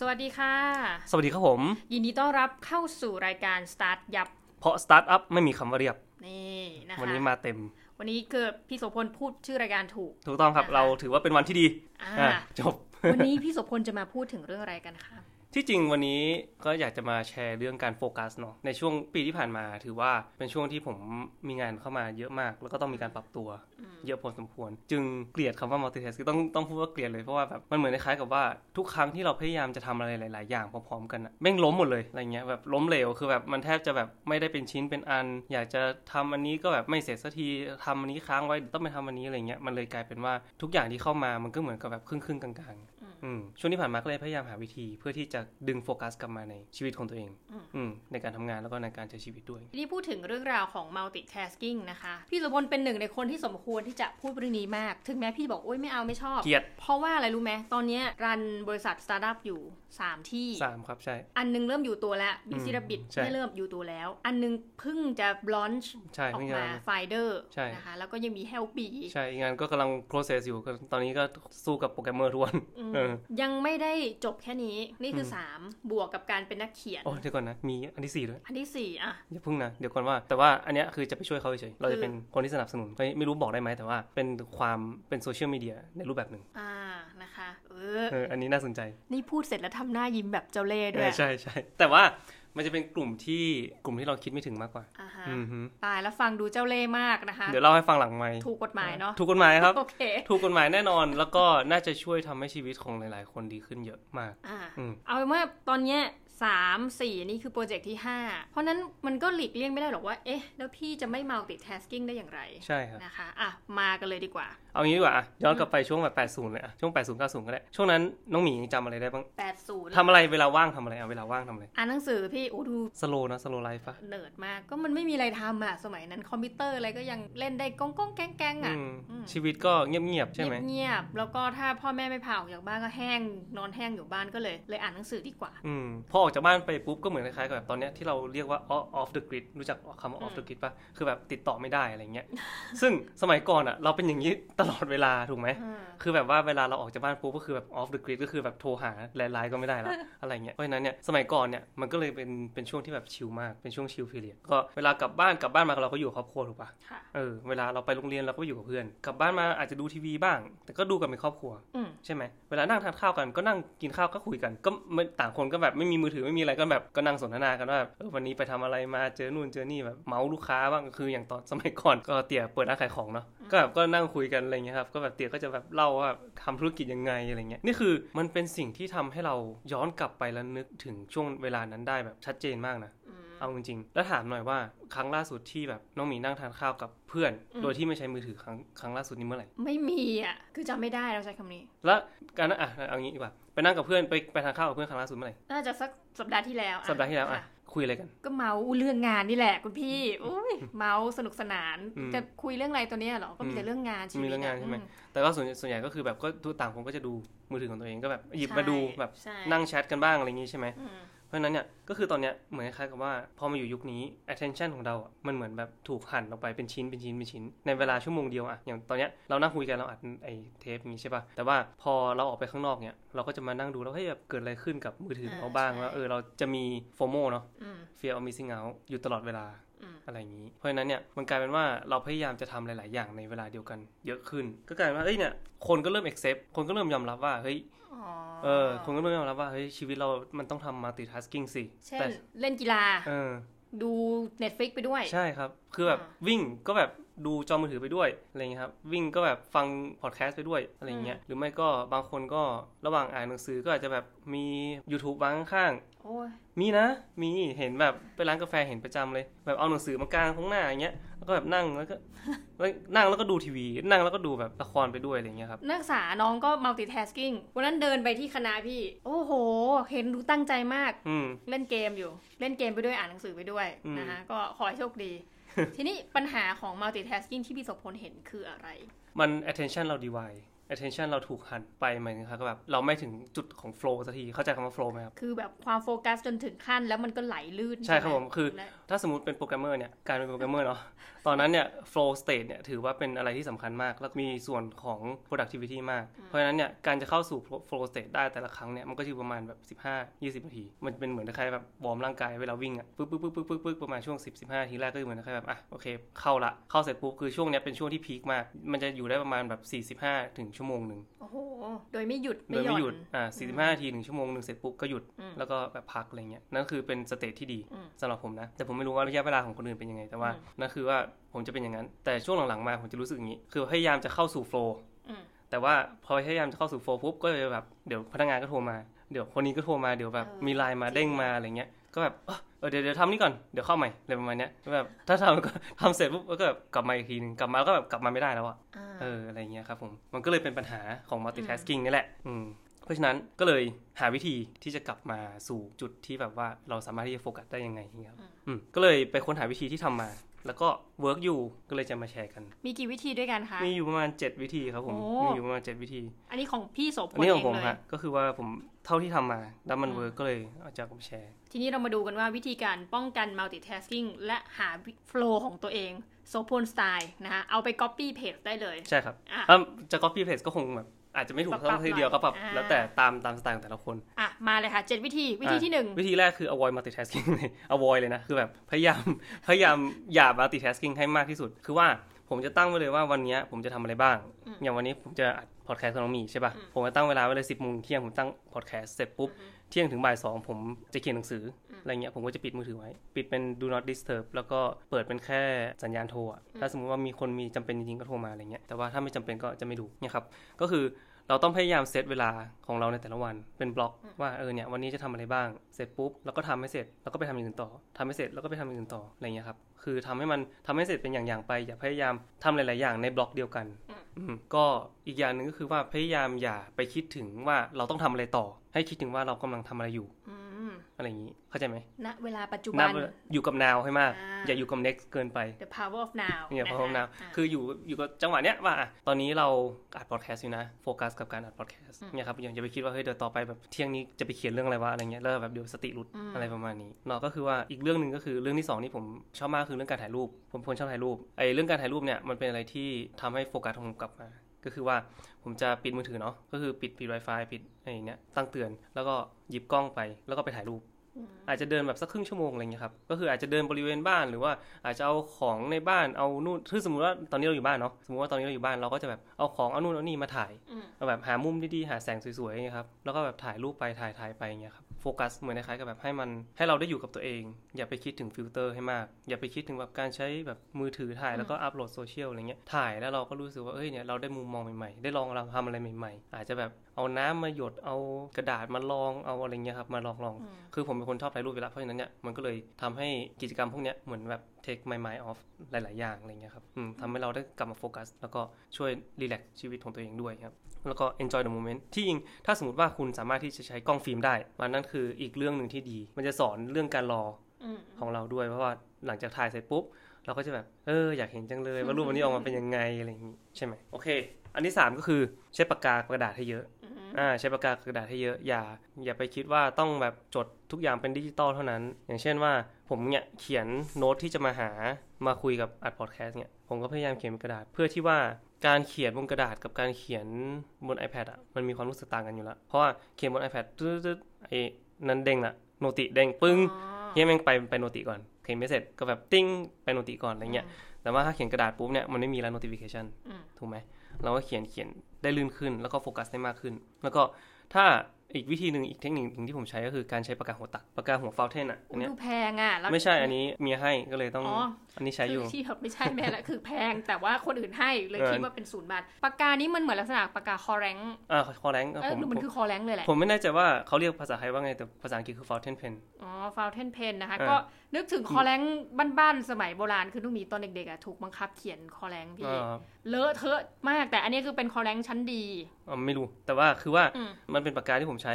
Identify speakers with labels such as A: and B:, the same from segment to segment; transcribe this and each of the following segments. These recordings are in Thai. A: สวัสดีค่ะ
B: สวัสดีครับผม
A: ยินดีต้อนรับเข้าสู่รายการ Start ยับ
B: เพราะสตาร์ทอัพไม่มีคำว่าเรียบ
A: นี่นะคะ
B: วันนี้มาเต็ม
A: วันนี้คือพี่โสพลพูดชื่อรายการถูก
B: ถูกต้องครับ
A: นะคะ
B: เราถือว่าเป็นวันที่ดี
A: อ่า
B: อ่ะจบ
A: วันนี้พี่โสพลจะมาพูดถึงเรื่องอะไรกันคะ
B: ที่จริงวันนี้ก็อยากจะมาแชร์เรื่องการโฟกัสเนาะ ในช่วงปีที่ผ่านมาถือว่าเป็นช่วงที่ผมมีงานเข้ามาเยอะมาก แล้วก็ต้องมีการปรับตัว เยอะพอสมควร จึงเกลียดคำว่า multitask คือต้องต้องพูดว่าเกลียดเลยเพราะว่าแบบมันเหมือนคล้ายๆกับว่าทุกครั้งที่เราพยายามจะทำอะไรหลาย ๆ อย่างพร้อมๆกันอะแม่งล้มหมดเลยอะไรเงี้ยแบบล้มเหลวคือแบบมันแทบจะแบบไม่ได้เป็นชิ้นเป็นอัน อยากจะทำอันนี้ก็แบบไม่เสร็จสักทีทำอันนี้ค้างไว้ต้องไปทำอันนี้อะไรเงี้ยมันเลยกลายเป็นว่าทุกอย่างที่เข้ามามันก็เหมือนกับแบบครึ่งๆกลางๆอืมช่วงที่ผ่านมาก็เลยพยายามหาวิธี เพื่อที่จะดึงโฟกัสกลับมาในชีวิตของตัวเองอืมในการทำงานแล้วก็ในการใช้ชีวิตด้วย
A: ทีนี้พูดถึงเรื่องราวของ multitasking นะคะ พี่โสพลเป็นหนึ่งในคนที่สมควรที่จะพูดเรื่องนี้มาก ถึงแม้พี่บอกโอ้ยไม่เอาไม่ชอบ
B: เกลียด
A: เพราะว่าอะไรรู้ไหมตอนเนี้ยรันบริษัทสตาร์ทอัพอยู่สามที่
B: สามครับใช่
A: อันหนึงเริ่มอยู่ตัวแล้วบิ
B: อื
A: ซี
B: ม
A: รบิด
B: ใช่
A: ไม่เริ่มอยู่ตัวแล้ว อันหนึงเพิ่งจะลอนช
B: ใช่
A: ออ
B: เพิ่ง
A: ก
B: จะ
A: มาไฟเดอร์
B: ใช่
A: นะคะแล้วก็ยังมี Help ี
B: ใช่งานก็กำลัง process อยู่ก็ตอนนี้ก็สู้กับโปรแกรมเมอร์ทกวน เออ
A: ยังไม่ได้จบแค่นี้นี่คือ
B: ม
A: 3 บวกกับการเป็นนักเขียน
B: โอ้เดี๋ยวก่อนนะ มีอันที่สี่ด้วย
A: อันที่ 4 อ่ะ
B: อย่าเพึ่งนะ เดี๋ยวก่อนว่า แต่ว่าอันเนี้ยคือจะไปช่วยเขาเฉยๆเรา
A: คื
B: จะ
A: อ
B: เป็นคนที่สนับสนุนไม่ไม่รู้บอกได้ไหมแต่ว่าเป็นความเป็นโซเชียลมีเดียในรูปแบบหนึ่ง
A: อ่านะคะ เออ
B: เอออันนี้น่าสนใจ
A: นี่พูดเสร็จแล้วทำหน้ายิ้มแบบเจ้าเล่ห์
B: เอ
A: ด้วย
B: อใช่ใช่แต่ว่ามันจะเป็นกลุ่มที่กลุ่มที่เราคิดไม่ถึงมากกว่า
A: อ่าฮะ
B: อือฮึ
A: ตายแล้วฟังดูเจ้าเล่ห์มากนะคะ
B: เดี๋ยวเล่าให้ฟังหลังไมค์
A: ถูกกฎหมายเนาะ
B: ถูกกฎหมายครับ
A: โอเค
B: ถูกกฎหมายแน่นอน แล้วก็น่าจะช่วยทำให้ชีวิตของหลายๆ คนดีขึ้นเยอะมาก
A: อ่า
B: อืม
A: เอาเป็นว่าตอนเนี้ยสามสี่นี่คือโปรเจกต์ที่ 5 เพราะนั้นมันก็หลีกเลี่ยงไม่ได้หรอกว่าเอ๊ะ แล้วพี่จะไม่ multitasking ได้อย่างไร
B: ใช่ครับ
A: นะคะอ่ะมากันเลยดีกว่า
B: เอางี้ดีกว่าอะย้อนกลับไปช่วงแบบ80 เลยอะช่วง 80 90 ก็ได้ ช่วงนั้นน้องหมีจำอะไรได้บ้าง
A: 80
B: ทำอะไรเวลาว่างทำอะไรเอาเวลาว่างทำอะไร
A: อ่านหนังสือพี่โอ้ดู
B: สโลนะสโลไลฟ์ปะ
A: เนิร์ดมากก็มันไม่มีอะไรทำอะสมัยนั้นคอมพิวเตอร์อะไรก็ยังเล่นได้ก้องก้องแกงแกงอะ
B: อืมชีวิตก็เงียบๆใช่ไหม
A: เงียบๆแล้วก็ถ้าพ่อแม่ไม่พาออกจากบ้านก็แห้งนอนแห้งอยู่บ้านก็เลย เลยอ่านหนังสือดีกว่า
B: อืมพอออกจากบ้านไปปุ๊บก็เหมือนคล้ายๆกับแบบตอนเนี้ยที่เราเรียกว่า off the grid รู้จักคำว่า off the grid ปะคือแบบติดต่อไม่ได้อะไรเงี้ย ซึ่งสมัยก่อนอ่ะเราเป็นอย่างนี้ตลอดเวลาถูกไหม
A: อืม
B: คือแบบว่าเวลาเราออกจากบ้านปุ๊บก็คือแบบ off the grid ก็คือแบบโทรหาไลน์ก็ไม่ได้แล้ว อะไรเงี้ยเพราะฉะนั้นเนี่ยสมัยก่อนเนี่ยมันก็เลยเป็นเป็นช่วงที่แบบชิลมากเป็นช่วงชิลพีเรียดก็เวลากลับบ้านกลับบ้านมาเราก็อยู่กับครอบครัวถูกปะ
A: ค่ะ
B: เออเวลาเราไปโรงเรียนเราก็ไปอยู่กับเพื่อน กลับบ้านมาอาจจะดูทีวีบ้าง แต่ก็ดูกันเป็นครอบครัว
A: อืม
B: ใช่ไหมเวลานั่งทานข้าวกันก็นั่งกินข้าวก็คุยกัน ก็ไม่ต่างคนก็แบบไม่มีมือถือไม่มีอะไรก็แบบก็นั่งสนทนากันว่าแบบเออวันนี้ไปทำอะไรมาเจอนู่นเจอนี่แบบเมาส์ลูกค้าบ้างคืออย่างตอนสมัยก่อนก็เตี่ยเปิดร้านขายของเนาะก็แบบก็นั่งคุยกันอะไรเงี้ยครับก็แบบเตี่ยก็จะแบบเล่าว่าทำธุรกิจยังไงอะไรเงี้ยนี่คือมันเป็นสิ่งที่ทำให้เราย้อนกลับไปแล้วนึกถึงช่วงเวลานั้นได้แบบชัดเจนมากนะ เอาจริงๆ แล้วถามหน่อยว่าครั้งล่าสุดที่แบบน้องหมีนั่งทานข้าวกับเพื่อน
A: อืม
B: โดยที่ไม่ใช้มือถือครั้งครั้งล่าสุดนี้เมื่อไหร่
A: ไม่มีอะคือจำไม่ได้เราใช้คำนี้
B: แล้วการนั่งอ่ะเอางี้ดีกว่าไปนั่งกับเพื่อนไปไปทานข้าวกับเพื่อนครั้งล่าสุดเมื่อไหร่
A: น่าจะสักสัปดาห์ที่แล้วอะ
B: สัปดาห์ที่แล้วอ่ะ
A: ค่ะ
B: คุยอะไรกัน
A: ก็เมาอู้เรื่องงานนี่แหละคุณพี่อุ้ยเมาสนุกสนาน
B: อืม
A: จะคุยเรื่องอะไรตัวเนี้ยเหรอก็มีแต่เรื่องงานชีวิต
B: มีเรื่องงานใช่ไหม
A: อืม
B: แต่ก็ส่วนส่วนใหญ่ก็คือแบบก็ต่างคนก็จะดูมือถือของตัวเองก็แบบหยิบมาดู
A: ใช่
B: แบบ
A: ใช่
B: นั่งแชทกันบ้างอะไรอย่างงี้ใช่ไหม
A: อืม
B: เพราะฉะนั้นเนี่ยก็คือตอนเนี้ยเหมือนคล้ายๆกับว่าพอมาอยู่ยุคนี้ attention ของเราอ่ะมันเหมือนแบบถูกหั่นออกไปเป็นชิ้นเป็นชิ้นเป็นชิ้น ในเวลาชั่วโมงเดียวอ่ะอย่างตอนเนี้ยเรานั่งคุยกันเราอัดไอเทปอย่างงี้ใช่ป่ะแต่ว่าพอเราออกไปข้างนอกเนี่ยเราก็จะมานั่งดูแล้วเฮ้ยแบบเกิดอะไรขึ้นกับมือถือของเราบ้าง
A: อ่าใช่
B: ว่าเออเราจะมี FOMO เนาะ
A: อืม
B: fear of missing out อยู่ตลอดเวลา
A: อืม
B: อะไรอย่างนี้ เพราะฉะนั้นเนี่ยมันกลายเป็นว่าเราพยายามจะทำหลาย ๆ อย่างในเวลาเดียวกันเยอะขึ้น ก็กลายเป็นว่าเอ้ยเนี่ยคนก็เริ่ม accept คนก็เริ่มยอมรับว่าเฮ้ย
A: อ๋อ
B: เออคนก็เริ่มยอมรับว่าเฮ้ยชีวิตเรามันต้องทำ multitasking สิ
A: เช่น
B: แต่
A: เล่นกีฬา
B: เออ
A: ดู Netflix ไปด้วย
B: ใช่ครับ คือแบบ
A: อ่า
B: วิ่งก็แบบดูจอมือถือไปด้วยอะไรเงี้ยครับวิ่งก็แบบฟังพอดแคสต์ไปด้วยอะไรเงี้ยหรือไม่ก็บางคนก็ระหว่างอ่านหนังสือก็อาจจะแบบมี YouTube วางข้าง
A: โอ้ย
B: ๆมีนะ มีเห็นแบบไปร้านกาแฟเห็นประจำเลย แบบเอาหนังสือมากางข้างหน้าอย่างเงี้ยแล้วก็แบบนั่งแล้วก็ แล้วนั่งแล้วก็ดูทีวี นั่งแล้วก็ดูแบบละครไปด้วยอะไรเงี้ยครับ
A: นักศึกษาน้องก็ multitasking วันนั้นเดินไปที่คณะพี่ โอ้โห เห็นดูตั้งใจมาก
B: อืม
A: เล่นเกมอยู่ เล่นเกมไปด้วยอ่านหนังสือไปด้วย
B: อืม
A: นะคะก็ขอให้โชคดี ทีนี้ปัญหาของ multitasking ที่พี่โสพลเห็นคืออะไร
B: มัน attention เรา divide attention เราถูกหันไปเหมือนครับแบบเราไม่ถึงจุดของ flow สักทีเข้าใจคำว่า flow ไหมครับ
A: คือแบบความโฟกัสจนถึงขั้นแล้วมันก็ไหลลื่น
B: ใช่ครับผมคือ
A: และ
B: ถ้าสมมติเป็นโปรแกรมเมอร์เนี่ย การเป็นโปรแกรมเมอร์เนาะ ตอนนั้นเนี่ย flow state เนี่ยถือว่าเป็นอะไรที่สำคัญมาก แล้วมีส่วนของ productivity มาก เพราะฉะนั้นเนี่ย การจะเข้าสู่ flow state ได้แต่ละครั้งเนี่ย มันก็คือประมาณแบบ 15 20 นาที มันเป็นเหมือนคล้ายๆแบบวอร์มร่างกายเวลาวิ่งอะปึ๊บปึ๊บปึ๊บปึ๊บปึ๊บปึ๊บประมาณช่วง 10 15นาทีแรกก็คือเหมือนคล้ายๆแบบอ่ะโอเค เข้าละ เข้าเสร็จปุ๊บคือช่วงเนี้ยเป็นช่วงที่พีคมาก มันจะอยู่ได้ประมาณแบบ45 ถึงชั่วโมงหนึ่ง
A: โอ้โห โดยไม่หยุด
B: โดยไม่หยุด
A: อน
B: อ่า45นาทีหนึ่งชั่วโมงหนึ่งเสร็จปุ๊บก็หยุด
A: อืม
B: แล้วก็แบบพักอะไรเงี้ย นั่นคือเป็นสเตจที่ดี
A: อืม
B: สำหรับผมนะ แต่ผมไม่รู้ว่าระยะเวลาของคนอื่นเป็นยังไง แต่ว่า
A: อืม
B: นั่นคือว่าผมจะเป็นอย่างนั้น แต่ช่วงหลังๆมาผมจะรู้สึกอย่างนี้ คือพยายามจะเข้าสู่โฟลว์
A: อืม
B: แต่ว่าพอพยายามจะเข้าสู่โฟลว์ปุ๊บ ก็จะแบบ เดี๋ยวพนักงานก็โทรมา เดี๋ยวคนนี้ก็โทรมา เดี๋ยวแบบ
A: เออ
B: มีไลน์มา
A: จริง
B: เด้งมาอะไรเงี้ย ก็แบบเอ้อเออเดี๋ยวเดี๋ยวทำนี่ก่อน เดี๋ยวเข้าใหม่อะไรประมาณเนี้ยก็แบบถ้าทำก็ ทำเสร็จปุ๊บก็แบบกลับมาอีกทีหนึงกลับมาแล้วก็แบบกลับมาไม่ได้แล้วอะ
A: อ่า
B: เอออะไรเงี้ยครับผม มันก็เลยเป็นปัญหาของ multitasking นี่แหละอืมเพราะฉะนั้นก็เลยหาวิธีที่จะกลับมาสู่จุดที่แบบว่าเราสามารถที่จะโฟกัสได้ยังไงครับ
A: อืม
B: อืมก็เลยไปค้นหาวิธีที่ทำมา แล้วก็เวิร์กอยู่ก็เลยจะมาแชร์กัน
A: มีกี่วิธีด้วยกันคะ
B: มีอยู่ประมาณ 7 วิธีครับผม
A: โอ้
B: มีอยู่ประมาณ 7 วิธี
A: อันนี้ของพี่โสพ
B: อั
A: ล
B: น
A: เอ
B: นี้ของ
A: ง
B: ผม
A: เลย
B: ฮะก็คือว่าผมเท่าที่ทำมา แล้วมัน
A: อืม
B: เวิร์กก็เลยเอาจากผมแชร์
A: ทีนี้เรามาดูกันว่าวิธีการป้องกัน multitasking และหา flow ของตัวเองโสพลสไตล์นะคะเอาไป copy paste ได้เลย
B: ใช่ครับ
A: อ่ะ
B: ถ้าจะ copy paste ก็คงแบบอาจจะไม่ถูก
A: ปรับ
B: เท่า
A: ๆ
B: ทีเดียวครับแบบ
A: หน่อย
B: แล้วแต่ตามตามสไตล์ของแต่ละคน
A: อ่ะ มาเลยค่ะ 7 วิธีวิธีที่ 1
B: วิธีแรกคือ avoid multitasking เลย avoid เลยนะ คือแบบ พยายาม พยายามอย่า multitasking ให้มากที่สุด คือว่าผมจะตั้งไว้เลยว่าวันเนี้ยผมจะทำอะไรบ้าง
A: อืม
B: อย่างวันนี้ผมจะอัดพอดแคสต์ของน้องหมีใช่ป่ะ
A: อืม
B: ผมจะตั้งเวลาไว้เลยสิบโมงเที่ยงผมตั้งพอดแคสต์เสร็จปุ๊บ เที่ยงถึงบ่ายสองผมจะเขียนหนังสืออ
A: ม
B: อะไรเงี้ยผมก็จะปิดมือถือไว้ ปิดเป็น do not disturb แล้วก็เปิดเป็นแค่สัญญาณโทรอะ
A: อืม
B: ถ้าสมมติว่ามีคนมีจำเป็นจริงๆก็โทรมาอะไรเงี้ย แต่ว่าถ้าไม่จำเป็นก็จะไม่ดูเนี่ยครับ ก็คือ เราต้องพยายามเซตเวลาของเราในแต่ละวันเป็นบล็อกว่าเออเนี่ยวันนี้จะทำอะไรบ้างเสร็จปุ๊บแล้วก็ทำให้เสร็จแล้วก็ไปทำอย่างอื่นต่อทำให้เสร็จแล้วก็ไปทำอย่างอื่นต่ออะไรเงี้ยครับคือทำให้มันทำให้เสร็จเป็นอย่างๆไปอย่าพยายามทำหลาย ๆ อย่างในบล็อกเดียวกัน
A: อืม
B: อืมก็อีกอย่างหนึ่งก็คือว่าพยายามอย่าไปคิดถึงว่าเราต้องทำอะไรต่อ ให้คิดถึงว่าเรากำลังทำอะไรอยู่
A: อืม
B: อะไรอย่างนี้เข้าใจไหม
A: ณเวลาปัจจุ
B: นั
A: บั
B: บ
A: น
B: อยู่กับ now ให้มาก
A: อ่า
B: อย่าอยู่กับ next เกินไป
A: the power of now
B: เนี่ยพอผมนะ
A: ะะ
B: คืออยู่อยู่กับจังหวะเนี้ยว่าอ่ะตอนนี้เราอัดพอดแคสต์อยู่นะโฟกัสกับการอัดพอดแคสต์
A: อืม
B: เนี่ยครับอย่าอย่าไปคิดว่าเฮ้ยเดี๋ยวต่อไปแบบเที่ยงนี้จะไปเขียนเรื่องอะไรวะอะไรเงี้ยแล้วแบบเดี๋ยวสติหลุด
A: อืม
B: อะไรประมาณนี้เนาะก็คือว่าอีกเรื่องหนึ่งก็คือเรื่องที่สองที่ผมชอบมากคือเรื่องการถ่ายรูป ผมเป็นคนชอบถ่ายรูปไอ้เรื่องการถ่ายรูปเนี่ยมันเป็นอะไรที่ทำให้โฟกัสของผมกลับมา ก็คือว่าผมจะปิดมือถือเนาะก็คือปิดปิด Wi-Fi ปิดไอ้เนี่ยตั้งเตือน แล้วก็หยิบกล้องไปแล้วก็ไปถ่ายรูป
A: อืม
B: อาจจะเดินแบบสักครึ่งชั่วโมงอะไรเงี้ยครับก็คืออาจจะเดินบริเวณบ้านหรือว่าอาจจะเอาของในบ้านเอานู่นคือสมมติว่าตอนนี้เราอยู่บ้านเนาะสมมติว่าตอนนี้เราอยู่บ้านเราก็จะแบบเอาของเอานู่นเอานี่มาถ่าย
A: อืม
B: เอาแบบหามุมดีๆหาแสงสวยๆอย่างเงี้ยครับแล้วก็แบบถ่ายรูปไปถ่ายถ่ายๆไปอย่างเงี้ยครับโฟกัสเหมือนคล้ายๆกับแบบให้มันให้เราได้อยู่กับตัวเอง อย่าไปคิดถึงฟิลเตอร์ให้มาก อย่าไปคิดถึงแบบการใช้แบบมือถือถ่ายแล้วก็อัพโหลดโซเชียลอะไรเงี้ยถ่ายแล้วเราก็รู้สึกว่าเอ้ยเนี่ยเราได้มุมมองใหม่ๆได้ลองเราทำอะไรใหม่ๆ อาจจะแบบเอาน้ำมาหยดเอากระดาษมาลองเอาอะไรเงี้ยครับมาลองลอง
A: อืม
B: คือผมเป็นคนชอบถ่ายรูปอยู่แล้วเพราะฉะนั้นเนี่ยมันก็เลยทำให้กิจกรรมพวกเนี้ยเหมือนแบบ take my mind off หลาย ๆ อย่างอะไรเงี้ยครับอืมทำให้เราได้กลับมาโฟกัส แล้วก็ช่วยรีแลกซ์ชีวิตของตัวเองด้วยครับ แล้วก็ enjoy the moment ที่ยิงถ้าสมมติว่าคุณสามารถที่จะใช้กล้องฟิล์มได้มันนั่นคืออีกเรื่องหนึ่งที่ดี มันจะสอนเรื่องการรอ
A: อืม
B: ของเราด้วย เพราะว่าหลังจากถ่ายเสร็จปุ๊บ เราก็จะแบบเอออยากเห็นจังเลยว่ารูปวันนี้ออกมาเป็นยังไงอะไรอย่างงี้ใช่ไหมโอเค อันที่สามก็คือใช้ปากกากระดาษให้เยอะ
A: อืม
B: อ่าใช้ปากกากระดาษให้เยอะอย่าอย่าไปคิดว่าต้องแบบจดทุกอย่างเป็นดิจิตอลเท่านั้น อย่างเช่นว่าผมเนี่ยเขียนโน้ตที่จะมาหามาคุยกับอัดพอดแคสต์เนี่ยผมก็พยายามเขียนบนกระดาษ เพื่อที่ว่าการเขียนบนกระดาษกับการเขียนบน iPad อ่ะมันมีความรู้สึกต่างกันอยู่แล้ว เพราะว่าเขียนบน iPad ตึ๊ดๆไอ้นั้นเด้งละโนติเด้งปึ้ง
A: อ๋อ
B: เฮียแม่งไปไปโนติก่อนเขียนไม่เสร็จก็แบบติ้งไปโนติก่อนอะไรเงี้ย แต่ว่าถ้าเขียนกระดาษปุ๊บเนี่ยมันไม่มีแล้ว notification
A: อืม
B: ถูกไหม เราก็เขียนเขียนได้ลื่นขึ้น แล้วก็โฟกัสได้มากขึ้น แล้วก็ถ้าอีกวิธีหนึ่งอีกเทคนิคหนึ่งที่ผมใช้ก็คือการใช้ปากกาหัวตัดปากกาหัวฟาวเทนอ่ะอันเนี้ย
A: ดูแพงอ่ะแล้ว
B: ไม่ใช่อันนี้เมียให้ก็เลยต้อง
A: อ๋อ
B: อันนี้ใช้อยู่
A: คือที่แบบไม่ใช่แม่ละคือแพ งแต่ว่าคนอื่นให้เลย
B: เออ
A: คิดว่าเป็นศูนย์บาทปากกานี้มันเหมือนลักษณะปากกาคอแรง
B: อ่าคอแรง
A: เอ
B: ผ
A: อ
B: ม
A: หรือมันคือคอแรงเลยแหละ
B: ผมไม่แน่ใจว่าเขาเรียกภาษาไทยว่าไงแต่ภาษาอังกฤษคือ fountain pen
A: อ๋อ fountain pen นะคะ
B: เออ
A: ก็นึกถึงคอแรงบ้านๆ สมัยโบราณ คือลูกหมีตอนเด็กๆอ่ะถูกบังคับเขียนคอแรงพี่
B: อ่า
A: เลอะเทอะมากแต่อันนี้คือเป็นคอแรงชั้นดี
B: อ่าไม่รู้แต่ว่าคือว่า
A: อืม
B: มันเป็นปากกาที่ผมใช้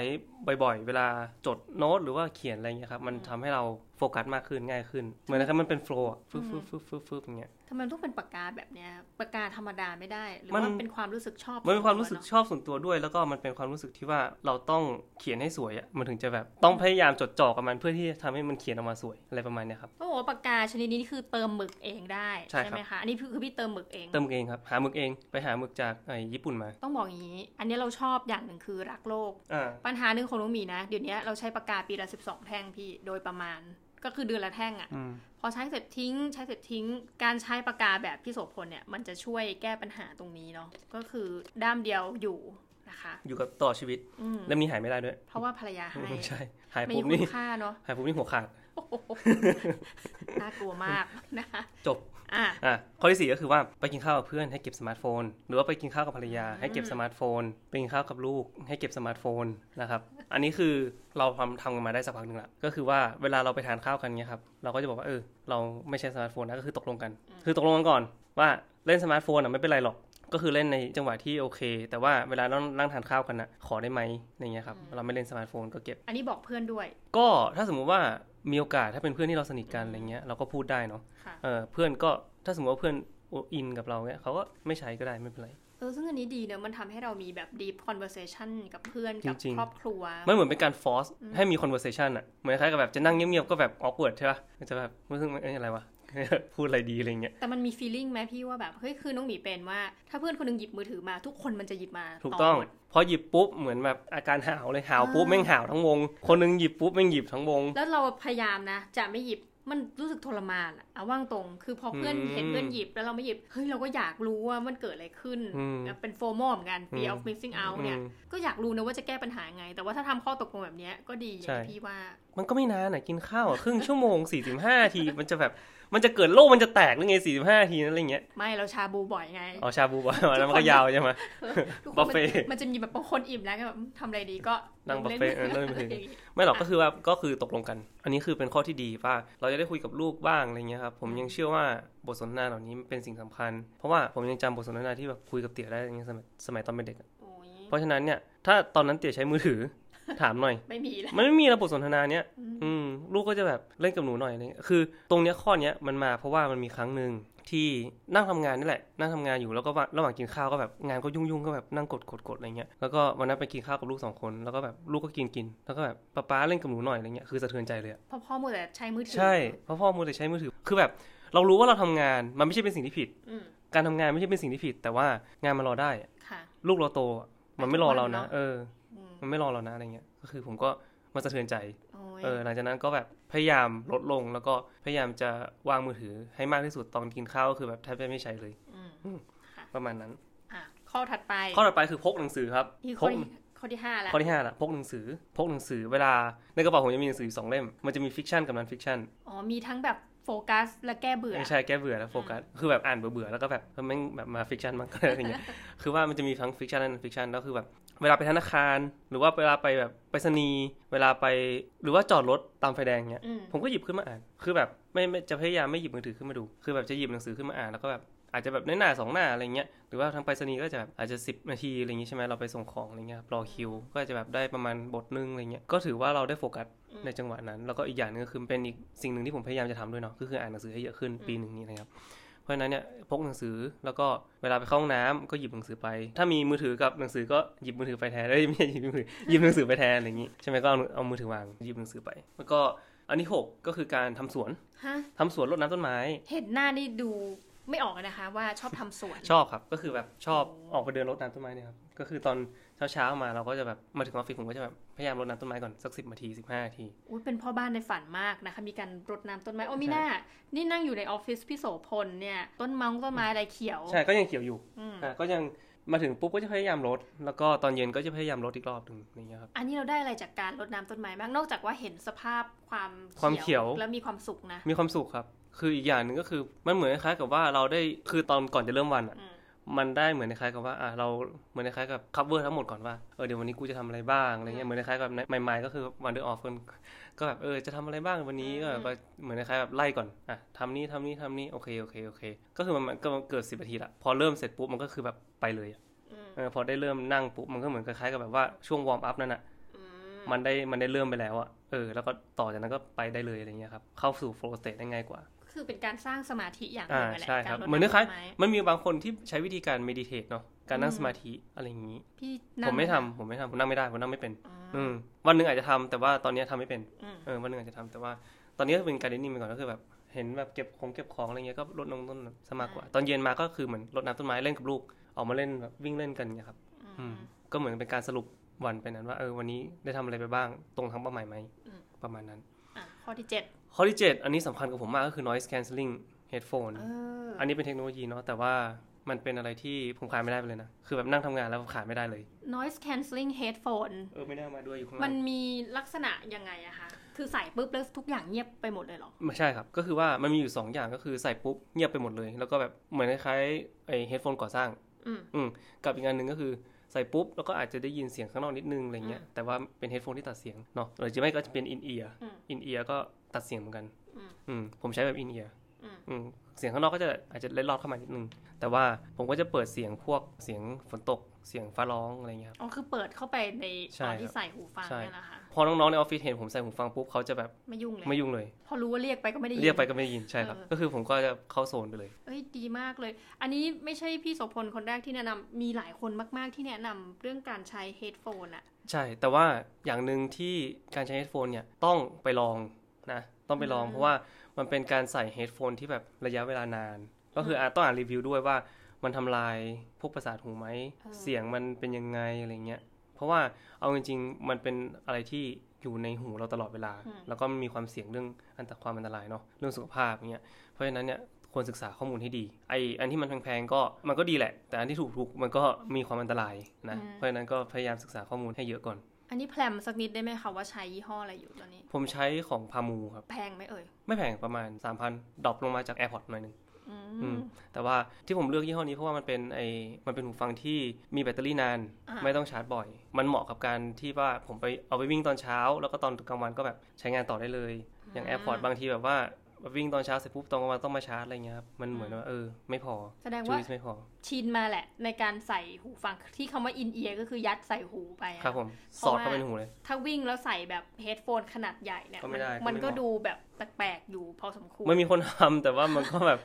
B: บ่อยๆ เวลาจดโน้ตหรือว่าเขียนอะไรเงี้ยครับมันทำให้เรา โฟกัสมากขึ้นง่ายขึ้น เหมือนนะครับมันเป็นโฟล์ฟึบฟึบฟึบฟึบฟึบอย่างเงี้ย
A: ทำไมมันต้องเป็นปากกาแบบเนี้ยปากกาธรรมดาไม่ได้ หรือ
B: มัน
A: ว่าเป็นความรู้สึกชอบ
B: มันเป็นความรู้สึก
A: ส่วนตัวเนอะ
B: ชอบส่วนตัวด้วย แล้วก็มันเป็นความรู้สึกที่ว่าเราต้องเขียนให้สวยอะมันถึงจะแบบต้องพยายามจดจ่อกับมันเพื่อที่จะทำให้มันเขียนออกมาสวยอะไรประมาณเนี้ยครับ
A: เขาบอกว่าปากกาชนิดนี้คือเติมหมึกเองได้
B: ใช่ครับ
A: ไหมคะอันนี้คือพี่เติมหมึกเอง
B: เติมเองครับหาหมึกเองไปหาหมึกจากไอ้ญี่ปุ่นมา
A: ต้องบอกอย่างนี้ อันนี้เราชอบอย่างหนึ่งคือรักโลก
B: อ่า
A: ปัญหาหนึ่งของน้องหมีนะเดี๋ยวนี้เราใช้ปากกาปีละ12 แท่งพี่โดยประมาณ ก็คือเดือนละแท่งอะ่ะ
B: อืม
A: พอใช้เสร็จทิ้ง ใช้เสร็จทิ้ง การใช้ปากกาแบบพี่โสพลเนี่ยมันจะช่วยแก้ปัญหาตรงนี้เนาะก็คือด้ามเดียวอยู่นะคะ
B: อยู่กับต่อชีวิต
A: อืม
B: เล่มนี้หายไม่ได้ด้วย
A: เพราะว่าภรรยาให้
B: ใช่หาย
A: ไม่
B: ปุ๊บ
A: คุ้
B: นี่
A: มค่าเนาะ
B: หายปุ๊บนี่หัวขาด
A: โอ้โหน่ากลัวมากนะคะ
B: จบ
A: อ่ะ
B: อ่ะข้อที่สี่ก็คือว่าไปกินข้าวกับเพื่อนให้เก็บสมาร์ทโฟน หรือว่าไปกินข้าวกับภรรยา ให้เก็บสมาร์ทโฟนไปกินข้าวกับลูก ให้เก็บสมาร์ทโฟนนะครับ อันนี้คือเราทำทำกันมาได้สักพักหนึ่งละก็คือว่าเวลาเราไปทานข้าวกันเนี้ยครับเราก็จะบอกว่าเออเราไม่ใช้สมาร์ทโฟนนะก็คือตกลงกัน
A: อืม
B: คือตกลงกันก่อนว่าเล่นสมาร์ทโฟนอ่ะไม่เป็นไรหรอก ก็คือเล่นในจังหวะที่โอเค แต่ว่าเวลาเรานั่งทานข้าวกันนะขอได้ไหมอย่างเงี้ยครับเราไม่เล่นสมาร์ทโฟนก็เก็บ
A: อันนี้บอกเพื่อนด้วย
B: ก็ถ้าสมมุติว่ามีโอกาสถ้าเป็นเพื่อนที่เราสนิทกันอะไรเงี้ยเราก็พูดได้เนาะ
A: ค่ะ
B: เออเพื่อนก็ถ้าสมมติว่าเพื่อนอินกับเราเนี่ยเขาก็ไม่ใช้ก็ได้ไม่เป็นไร
A: เออซึ่งอันนี้ดีเนอะมันทำให้เรามีแบบ deep conversation กับเพื่อนกับ
B: จริงๆ
A: ครอบครัว
B: มันเหมือนเป็นการฟอสให้มี conversation อะเหมือนคล้ายกับแบบจะนั่งเงียบๆก็แบบออกเวิร์ดใช่ป่ะมันจะแบบ รู้สึกว่าเอ้ยอะไรวะ พูดอะไรดีอะไรเงี้ย
A: แต่มันมี feeling ไหมพี่ว่าแบบ เฮ้ย คือน้องหมีเป็นว่า ถ้าเพื่อนคนหนึงหยิบมือถือมาทุกคนมันจะหยิบมา
B: ถูกต้อง
A: หมด
B: พอหยิบปุ๊บเหมือนแบบอาการหาวเลยหาวปุ๊บ
A: อ่า
B: แม่งหาวทั้งวง คนหนึงหยิบปุ๊บแม่งหยิบทั้งวง
A: แล้วเราพยายามนะ จะไม่หยิบมันรู้สึกทรมานอะเอาว่างตรง คือพอเพื่อน
B: อืม
A: เห็นเพื่อนหยิบแล้วเราไม่หยิบ เฮ้ย เราก็อยากรู้ว่ามันเกิดอะไรขึ้น
B: อืม
A: เป็นโฟมอเหมือนกัน fear of missing out เนี่ย
B: อืม
A: ก็อยากรู้นะว่าจะแก้ปัญหายังไง แต่ว่าถ้าทำข้อตกลงแบบเนี้ยก็ดีอย่าง
B: ใช่
A: ที่พี่ว่า
B: มันก็ไม่นานอะกินข้าวอะครึ่งชั่วโมง 45นาทีมันจะแบบมันจะเกิดโลกมันจะแตกหรือไง45นาทีนั่นอะไรเงี้ย
A: ไม่เราชาบูบ่อยไง
B: อ๋อชา บูบอกว่าแล้วมันก็ยาวใช่ไหม
A: ทุกค
B: บั
A: น
B: ฟ
A: มั
B: เฟ่
A: น
B: ต์
A: มันจะมีแบบบางคนอิ่มแล้วก็แบบทำอะไรดีก็
B: นั่งบัฟเฟ่ต์เออเล่นมือถือ
A: ะไรย่างงี้
B: ไม่หรอกก็คือว่าก็คือตกลงกัน อันนี้คือเป็นข้อที่ดีว่าเราจะได้คุยกับลูกบ้างอะไรเงี้ยครับผมยังเชื่อว่าบทสนทนาเหล่านี้มันเป็นสิ่งสำคัญ เพราะว่าผมยังจำบทสนทนาที่แบบคุยกับเตี๋ยได้อย่างเงี้ยสมัยสมัยตอนเป็นเด็กอะ
A: โอ้ย
B: เพราะฉะนั้นเนี่ยถ้าตอนนั้นเตี๋ยใช้มือถือ ถามหน่อย
A: ไม่มีแล้ว
B: มันไม่มีระบบทสนทนาเนี้ยอืมลูกก็จะแบบเล่นกับหนูหน่อยอะไรเงี้ยคือ ตรงเนี้ยข้อเนี้ยมันมาเพราะว่ามันมีครั้งหนึ่งที่นั่งทำงานนี่แหละนั่งทำงานอยู่แล้วก็ว่าระหว่างกินข้าวก็แบบงานก็ยุ่งยุ่งๆก็แบบนั่งกดกดกดอะไรเงี้ยแล้วก็วันนั้นไปกินข้าวกับลูกสองคนแล้วก็แบบลูกก็กินกินแล้วก็แบบป๊าป๊าเล่นกับหนูหน่อยอะไรเงี้ยคือสะเทือนใจเลยอะ
A: พ่อพ่อมัวแต่ใช้มือถื
B: ใช่เพราะพ่อมูแต่ใช้มือถือ คือแบบ เรารู้ว่าเราทำงานมันไม่ใช่เป็นสิ่งที่ผิด
A: อืม
B: การทำงานไม่ใช่เป็นสิ่งที่ผิด แต่ว่างานมันรอได้อะ
A: ค่ะ
B: ลูกเราโตอะมันไม่รอเรานะ
A: วันเนอะ
B: เออ
A: อืม
B: มันไม่รอเรานะอะไรเงี้ย ก็คือผมก็มาสะเทือนใจ
A: โอ้ย
B: เออ หลังจากนั้นก็แบบพยายามลดลง แล้วก็พยายามจะวางมือถือให้มากที่สุดตอนกินข้าวก็คือแบบแทบจะไม่ใช้เลย
A: ม
B: ประมาณนั้น
A: อ่ะข้อถัดไป
B: ข้อต่อไปคือพกหนังสือครับ
A: นี่คือ
B: พ
A: ข้อก ที่ข้อที่ห้าแล้ว
B: ข้อที่ห้าละพกหนังสือ พกหนังสือ เวลาในกระเป๋าผมจะมีหนังสืออยู่สองเล่ม มันจะมีฟิกชันกับนันฟิกชัน
A: อ๋อมีทั้งแบบโฟกัสและแก้เบื่อ
B: ไม่ใช่แก้เบื่อแล้วโฟกัส คือแบบอ่านเบื่อๆแล้วก็แบบมันไม่งแบบมาฟิกชันมันก็ อะไรอย่างเงี้ย คือว่ามันจะมีทั้งฟิกชันและนอนฟิกชันแล้วคือแบบเวลาไปธนาคาร หรือว่าเวลาไปแบบไปสนีย์เวลาไปหรือว่าจอดรถตามไฟแดงเงี้ย
A: อืม
B: ผมก็หยิบขึ้นมาอ่าน คือแบบไม่ไม่จะพยายามไม่หยิบมือถือขึ้นมาดู คือแบบจะหยิบหนังสือขึ้นมาอ่านแล้วก็แบบอาจจะแบบในหน้าสองหน้าอะไรเงี้ย หรือว่าทางไปรษณีย์ก็จะแบบอาจจะ 10 นาทีอะไรเงี้ยใช่ไหมเราไปส่งของอะไรเงี้ยครับรอคิว ก็จะแบบได้ประมาณบทนึงอะไรเงี้ย ก็ถือว่าเราได้โฟกัส
A: อืม
B: ในจังหวะนั้น แล้วก็อีกอย่างหนึงก็คือเป็นอีกสิ่งหนึ่งที่ผมพยายามจะทำด้วยเนาะ ก็คืออ่านหนังสือให้เยอะขึ้นปีหนึ่งนี้นะครับ เพราะฉะนั้นเนี่ยพกหนังสือแล้วก็เวลาไปเข้าห้องน้ำก็หยิบหนังสือไป ถ้ามีมือถือกับหนังสือก็หยิบมือถือไปแทนได้ยไม่ใช่หยิบมือถือหยิบหนังสือไปแทนอะไรอย่างงี้ใช่ไหมก็เอาเอามือถือวางหยิบหนังสือไป แล้วก็อันที่หกก็คือการทำสวน
A: ฮะ
B: ทำสวนรดน้ำต้นไม้
A: เห็นหน้านี่ดูไม่ออกนะคะ ว่าชอบทำสวน
B: ชอบครับก็คือแบบชอบออกไปเดินรดน้ำต้นไม้เนี่ยครับก็คือตอนเช้าๆมาเราก็จะแบบมาถึงออฟฟิศผมก็จะแบบพยายามรดน้ำต้นไม้ก่อนสักสิบนาทีสิบห้านาที
A: อุ้ยเป็นพ่อบ้านในฝันมากนะคะ มีการรดน้ำต้นไม้โอ้มีหน้า นี่นั่งอยู่ในออฟฟิศพี่โสพลเนี่ย ต้นมังต้นไม้อะไรเขียว
B: ใช่ก็ยังเขียวอยู่
A: อืม
B: อ่ะก็ยังมาถึงปุ๊บก็จะพยายามรดแล้วก็ตอนเย็นก็จะพยายามรดอีกรอบหนึ่งอย่างเงี้ยครับ
A: อันนี้เราได้อะไรจากการรดน้ำต้นไม้บ้างนอกจากว่าเห็นสภาพความ
B: ความเขียว
A: แล้วมีความสุขนะ
B: มีความสุขครับ คืออีกอย่างหนึ่งก็คือมันเหมือนคล้ายๆกับว่าเราได้คือตอนก่อนจะเริ่มวันอ่ะ
A: อืม
B: มันได้เหมือนคล้ายๆกับว่าอ่ะเราเหมือนคล้ายๆกับ cover ทั้งหมดก่อนว่าเออเดี๋ยววันนี้กูจะทำอะไรบ้างอะไรเงี้ยเหมือนคล้ายๆกับใหม่ๆก็คือ wonder off กันก็แบบเออจะทำอะไรบ้างวันนี้ก็แบบว่าเหมือนคล้ายๆแบบไล่ก่อนอ่ะทำนี้ทำนี้ทำนี้โอเคโอเคโอเค ก็คือมันมันก็เกิดสิบนาทีละพอเริ่มเสร็จปุ๊บมันก็คือแบบไปเลยอะ
A: อืม
B: เออพอได้เริ่มนั่งปุ๊บมันก็เหมือนคล้ายๆกับแบบว่าช่วงวอร์มอัพนั่นอ่ะ
A: อืม
B: มันได้มันได้เริ่มไปแล้วอ่ะ เออ แล้วก็ต่อจากนั้นก็ไปได้เลยอะไรเงี้ยครับ เข้าสู่โฟล์สเต e ได้ง่ายกว่า
A: คือเป็นการสร้างสมาธิอย่างห
B: อ่า
A: นึ่งแหละ
B: ใช่
A: การ
B: ครับ
A: ลด
B: เหมือนคล้าย
A: ำต้ไ
B: มันมีบางคนที่ใช้วิธีการเมดิเทตเนาะ การนั่ง
A: อืม
B: สมาธิอะไรอย่างนี้
A: พี่
B: ผ
A: นั่ง
B: มไม่ทำผมไม่ทำผมนั่งไม่ได้ ผมนั่งไม่เป็น
A: อ๋อ
B: อืม วันหนึ่งอาจจะทำแต่ว่าตอนเนี้ยทำไม่เป็น
A: อืม
B: เออวันหนึ่งอาจจะทำแต่ว่าตอนนี้ก็เป็นการเดนนิ่งไปก่อนก็คือแบบเห็นแบบเก็บของเก็บของอะไรเงี้ยก็รดน้ำต้นสมากกว่า ตอนเย็นมาก็คือเหมือนรดน้ำต้นไม้เล่นกับลูกออกมาเล่นแบบวิ่งเล่นกันเงี้ยครับอื
A: อืม
B: มก็เหมือนเป็นการสรุปวันไปนั้นว่าเออวันนี้ได้ทำอะไรไปบ้างตรงทางเป้าหมายไหม
A: อืม
B: ประมาณนั้น
A: อ่ะข้อที่เจ็ด
B: ข้อที่ 7 อันนี้สำคัญกับผมมากก็คือ noise cancelling headphone
A: เออ
B: อันนี้เป็นเทคโนโลยีเนาะแต่ว่ามันเป็นอะไรที่ผมขายไม่ได้ไปเลยนะคือแบบนั่งทำงานแล้วขายไม่ได้เลย
A: อ noise cancelling headphone
B: เออไม่ได้เอามาด้วยอยู่ข้าง
A: มั
B: ล่านง
A: มีลักษณะยังไงอะคะ คือใส่ปุ๊บแล้วทุกอย่างเงียบไปหมดเลยเหรอ
B: ไม่ใช่ครับ ก็คือว่ามันมีอยู่สองอย่างก็คือใส่ปุ๊บเงียบไปหมดเลย แล้วก็แบบเหมือนคล้ายๆไอ้ headphone ก่อสร้าง
A: อืม
B: กับอีกอันหนึ่งก็คือใส่ปุ๊บ แล้วก็อาจจะได้ยินเสียงข้างนอกนิดนึงอะไรเงี้ยแต่ว่าเป็นเฮดโฟนที่ตัดเสียงเนาะหรือจะไม่ก็จะเป็นอินเอียร์
A: อืม
B: อินเอียร์ก็ตัดเสียงเหมือนกัน
A: อืม
B: อืมผมใช้แบบอินเอียร์
A: อืม
B: อืมเสียงข้างนอกก็จะอาจจะเล็ดลอดเข้ามานิดนึง แต่ว่าผมก็จะเปิดเสียงพวกเสียงฝนตกเสียงฟ้าร้องอะไรเงี้ยครับ
A: อ๋อ คือเปิดเข้าไปในต
B: ใช่
A: อน
B: ครับ
A: ที่ใส่หูฟัง
B: ใช่
A: เนี่ยนะคะ
B: พอน้องๆในออฟฟิศเห็นผมใส่หูฟังปุ๊บเขาจะแบบ
A: ไม่ยุ่งเลย
B: ไม่ยุ่งเลย
A: พอรู้ว่าเรียกไปก็ไม่ได้น
B: เรียกไปก็ไม่ได้ยินใช่ครับ
A: เออ
B: ก็คือผมก็จะเข้าโซนไปเลย
A: เอ้ยดีมากเลย อันนี้ไม่ใช่พี่โสพลคนแรกที่แนะนำมีหลายคนมากๆที่แนะนำเรื่องการใช้เฮดโฟนอะ
B: ใช่ แต่ว่าอย่างหนึ่งที่การใช้เฮดโฟนเนี่ยต้องไปลองนะ ต้องไปลองเพราะว่ามันเป็นการใส่เฮดโฟนที่แบบระยะเวลานาน ก็คืออาจต้องอ่านรีวิวด้วยว่ามันทำลายพวกประสาทหูไหม เสียงมันเป็นยังไงอะไรเงี้ย เพราะว่าเอาจริงๆ มันเป็นอะไรที่อยู่ในหูเราตลอดเวลา แล้วก็มันมีความเสี่ยงเรื่องอันตรความอันตรายเนาะ เรื่องสุขภาพเงี้ย เพราะฉะนั้นเนี่ยควรศึกษาข้อมูลให้ดี ไออันที่มันแพงๆก็มันก็ดีแหละ แต่อันที่ถูกๆมันก็มีความอันตรายนะ เพราะฉะนั้นก็พยายามศึกษาข้อมูลให้เยอะก่อน
A: อันนี้แพลมสักนิดได้ไหมคะว่าใช้ยี่ห้ออะไรอยู่ตอนนี้
B: ผมใช้ของพามูครับ
A: แพงไหมเอ่ย
B: ไม่แพงประมาณ 3,000ดรอปลงมาจาก AirPods หน่อยหนึง
A: อื
B: อื
A: ม
B: ม แต่ว่าที่ผมเลือกยี่ห้อนี้เพราะว่ามันเป็นไอมันเป็นหูฟังที่มีแบตเตอรี่นาน
A: อ่า
B: ไม่ต้องชาร์จบ่อย มันเหมาะกับการที่ว่าผมไปเอาไปวิ่งตอนเช้า แล้วก็ตอนกลางวันก็แบบใช้งานต่อได้เลย อย่าง AirPods บางทีแบบว่าวิ่งตอนเช้าเสร็จปุ๊บตอนกลางวันต้องมาชาร์จอะไรเงี้ยครับมันเหมือนว่าเออไม่พอ
A: แสดง
B: จู
A: ว่า
B: สไม่พอ
A: ชินมาแหละ ในการใส่หูฟังที่คำว่าอินเอียร์ก็คือยัดใส่หูไปอะ
B: ครับผม
A: เพ
B: ส
A: ราะ
B: อด
A: ว่า
B: เข้าไปในหูเลย
A: ถ้าวิ่งแล้วใส่แบบเฮดโฟนขนาดใหญ่เนี่ย
B: ก็ไม่ได้
A: มัน
B: ก็ไม่เหมาะ
A: ก็ดูแบบแปลกๆอยู่พอสมควร
B: มันมีคนทำ แต่ว่ามันก็แบบ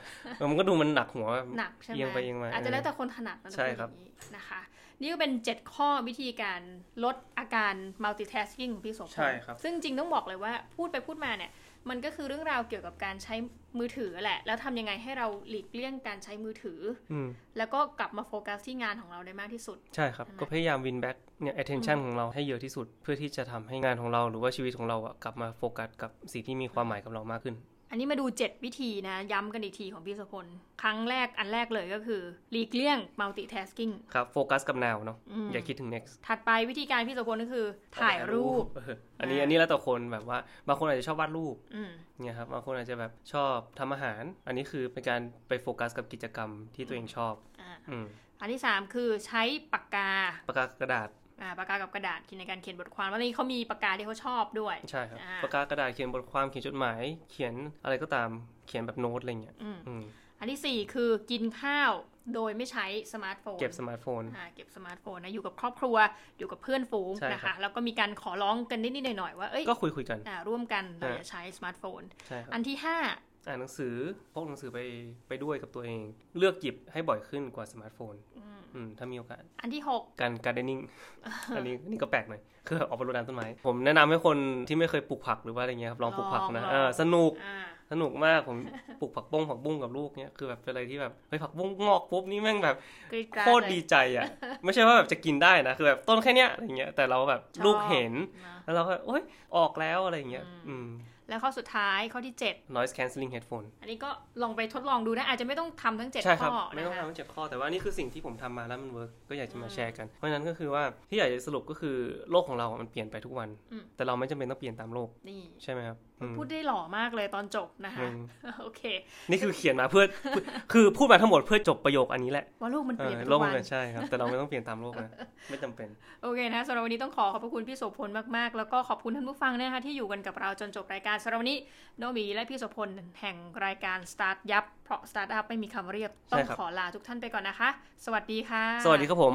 B: มันก็ดูมันหนักหัว
A: หนักใช่ไหม
B: เอียงไปเอียงมา
A: อาจจะแล้วแต่คนถนัดนะ
B: ใช่ครับ
A: ต้องพูดอย่างนี้นะคะ นี่ก็เป็น 7 ข้อวิธีการลดอาการ multitasking ของพี่โสมพล
B: ใช่ครับ
A: ซึ่งจริงต้องบอกเลยว่าพูดไปพูดมาเนี่ย มันก็คือเรื่องราวเกี่ยวกับการใช้มือถือแหละ แล้วทำยังไงให้เราหลีกเลี่ยงการใช้มือถือ
B: อืม
A: แล้วก็กลับมาโฟกัสที่งานของเราได้มากที่สุด
B: ใช่ครับ
A: ใช่ไหม
B: ก็พยายามวินแบ็กเนี่ย attention ของเราให้เยอะที่สุด เพื่อที่จะทำให้งานของเราหรือว่าชีวิตของเราอะกลับมาโฟกัสกับสิ่งที่มีความหมายกับเรามากขึ้น
A: อันนี้มาดู 7 วิธีนะ ย้ำกันอีกทีของพี่โสพลครั้งแรกอันแรกเลยก็คือหลีกเลี่ยง multitasking
B: ครับโฟกัสกับ now เนาะ
A: อืม
B: อย่าคิดถึง next
A: ถัดไปวิธีการพี่โสพลก็คือถ่ายรูป
B: เอ ออันนี้
A: อ่า
B: อันนี้แล้วแต่คนแบบว่าบางคนอาจจะชอบวาดรูป
A: อืม
B: เนี่ยครับบางคนอาจจะแบบชอบทำอาหาร อันนี้คือเป็นการไปโฟกัสกับกิจกรรมที่ตัวเองชอบ
A: อ่า
B: อืม
A: อันที่ 3 คือใช้ปากกา
B: ปากกากระดาษ
A: อ่าปากกากับกระดาษในการเขียนบทความแล้วนี่เขามีปากกาที่เขาชอบด้วย
B: ใช่ครับ
A: อ่า
B: ปากกากระดาษเขียนบทความเขียนจดหมาย เขียนอะไรก็ตามเขียนแบบโน้ตอะไรเงี้ย
A: อืม
B: อืม
A: อันทีสี่ 4 คือกินข้าวโดยไม่ใช้สมาร์ทโฟน
B: เก็บสมาร์ทโฟน
A: อ่าเก็บสมาร์ทโฟนนะอยู่กับครอบครัวอยู่กับเพื่อนฝูง
B: ใช่ครับ
A: นะคะ แล้วก็มีการขอร้องกันนิดๆหน่อยๆว่าเอ้ย
B: ก็คุยคุยกัน
A: อ่าร่วมกันเรา
B: อ่า
A: อย่าใช้สมาร์ทโฟน
B: ใช่ครับ
A: อันที่ห้า
B: อ่านหนังสือพกหนังสือไปไปด้วยกับตัวเอง เลือกหยิบให้บ่อยขึ้นกว่าสมาร์ทโฟนอืมถ้ามีโอกาส
A: อันที่หก
B: การการเด นนิ่ง อันนี้อันนี่ก็แปลกหน่อยคือออกไปรดน้ำต้นไม้ผมแนะนำให้คนที่ไม่เคยปลูกผักหรือว่าอะไรเงี้ยครับลองปลูกผักนะเออสนุก
A: อ่า
B: สนุกมากผม ปลูกผักบุ้งผักบุ้งกับลูกเนี้ยคือแบบเป็นอะไรที่แบบเฮ้ยผักบุ้งงอกปุ๊บนี่แม่งแบบ
A: กรีดกรา
B: โค
A: ด
B: ตร
A: เล
B: ดี
A: ย
B: ใจ อ่ะ ไม่ใช่ว่าแบบจะกินได้นะคือแบบต้นแค่เนี้ยอะไรเงี้ยแต่เราแบบ
A: ชอบ
B: ลูกเห็น
A: นะ
B: แล้วเราก็โอ๊ยออกแล้วอะไรเงี้ย
A: อืม
B: อืม
A: แล้วข้อสุดท้ายข้อที่เจ็ด
B: noise cancelling headphone
A: อันนี้ก็ลองไปทดลองดูนะ อาจจะไม่ต้องทำทั้งเจ็ด
B: ใช่ค
A: ข้
B: รับ
A: อ
B: ไม่
A: นะ
B: ต้อง
A: คะ
B: ทำทั้งเจ็ดข้อแต่ว่านี่คือสิ่งที่ผมทำมาแล้วมันเวิร์กก็อยากจะมาแชร์กันเพราะฉะนั้นก็คือว่าที่อยากจะสรุปก็คือโลกของเราอ่ะมันเปลี่ยนไปทุกวัน
A: อืม
B: แต่เราไม่จำเป็นต้องเปลี่ยนตามโลก
A: นี่
B: ใช่ไหมครับอืม
A: พูดได้หล่อมากเลยตอนจบนะคะ
B: อืม
A: โอเค
B: นี่คือเขียนมาเพื่อ เพื่อคือพูดมาทั้งหมดเพื่อจบประโยคอันนี้แหละ
A: ว่าลูกมันเปลี่ยนไป
B: เออโล
A: ทุ
B: ก
A: ก
B: มั
A: วัน น
B: เปลี่ยนใช่ครับแต่เราไม่ต้องเปลี่ยนตามโลกนะไม่จำเป็น
A: โอเคนะสำหรับวันนี้ต้องขอขอบพระคุณพี่โสพลมาก ๆ แล้วก็ขอบคุณท่านผู้ฟังนะคะที่อยู่กันกับเราจนจบรายการสำหรับวันนี้โนบีและพี่โสพลแห่งรายการ Start ยับเพราะ Start Up ไม่มีคำเรียก ต้อง
B: ใช่ครับ
A: ขอลาทุกท่านไปก่อนนะคะ สวัสดีค่ะ
B: สวัสดีครับผม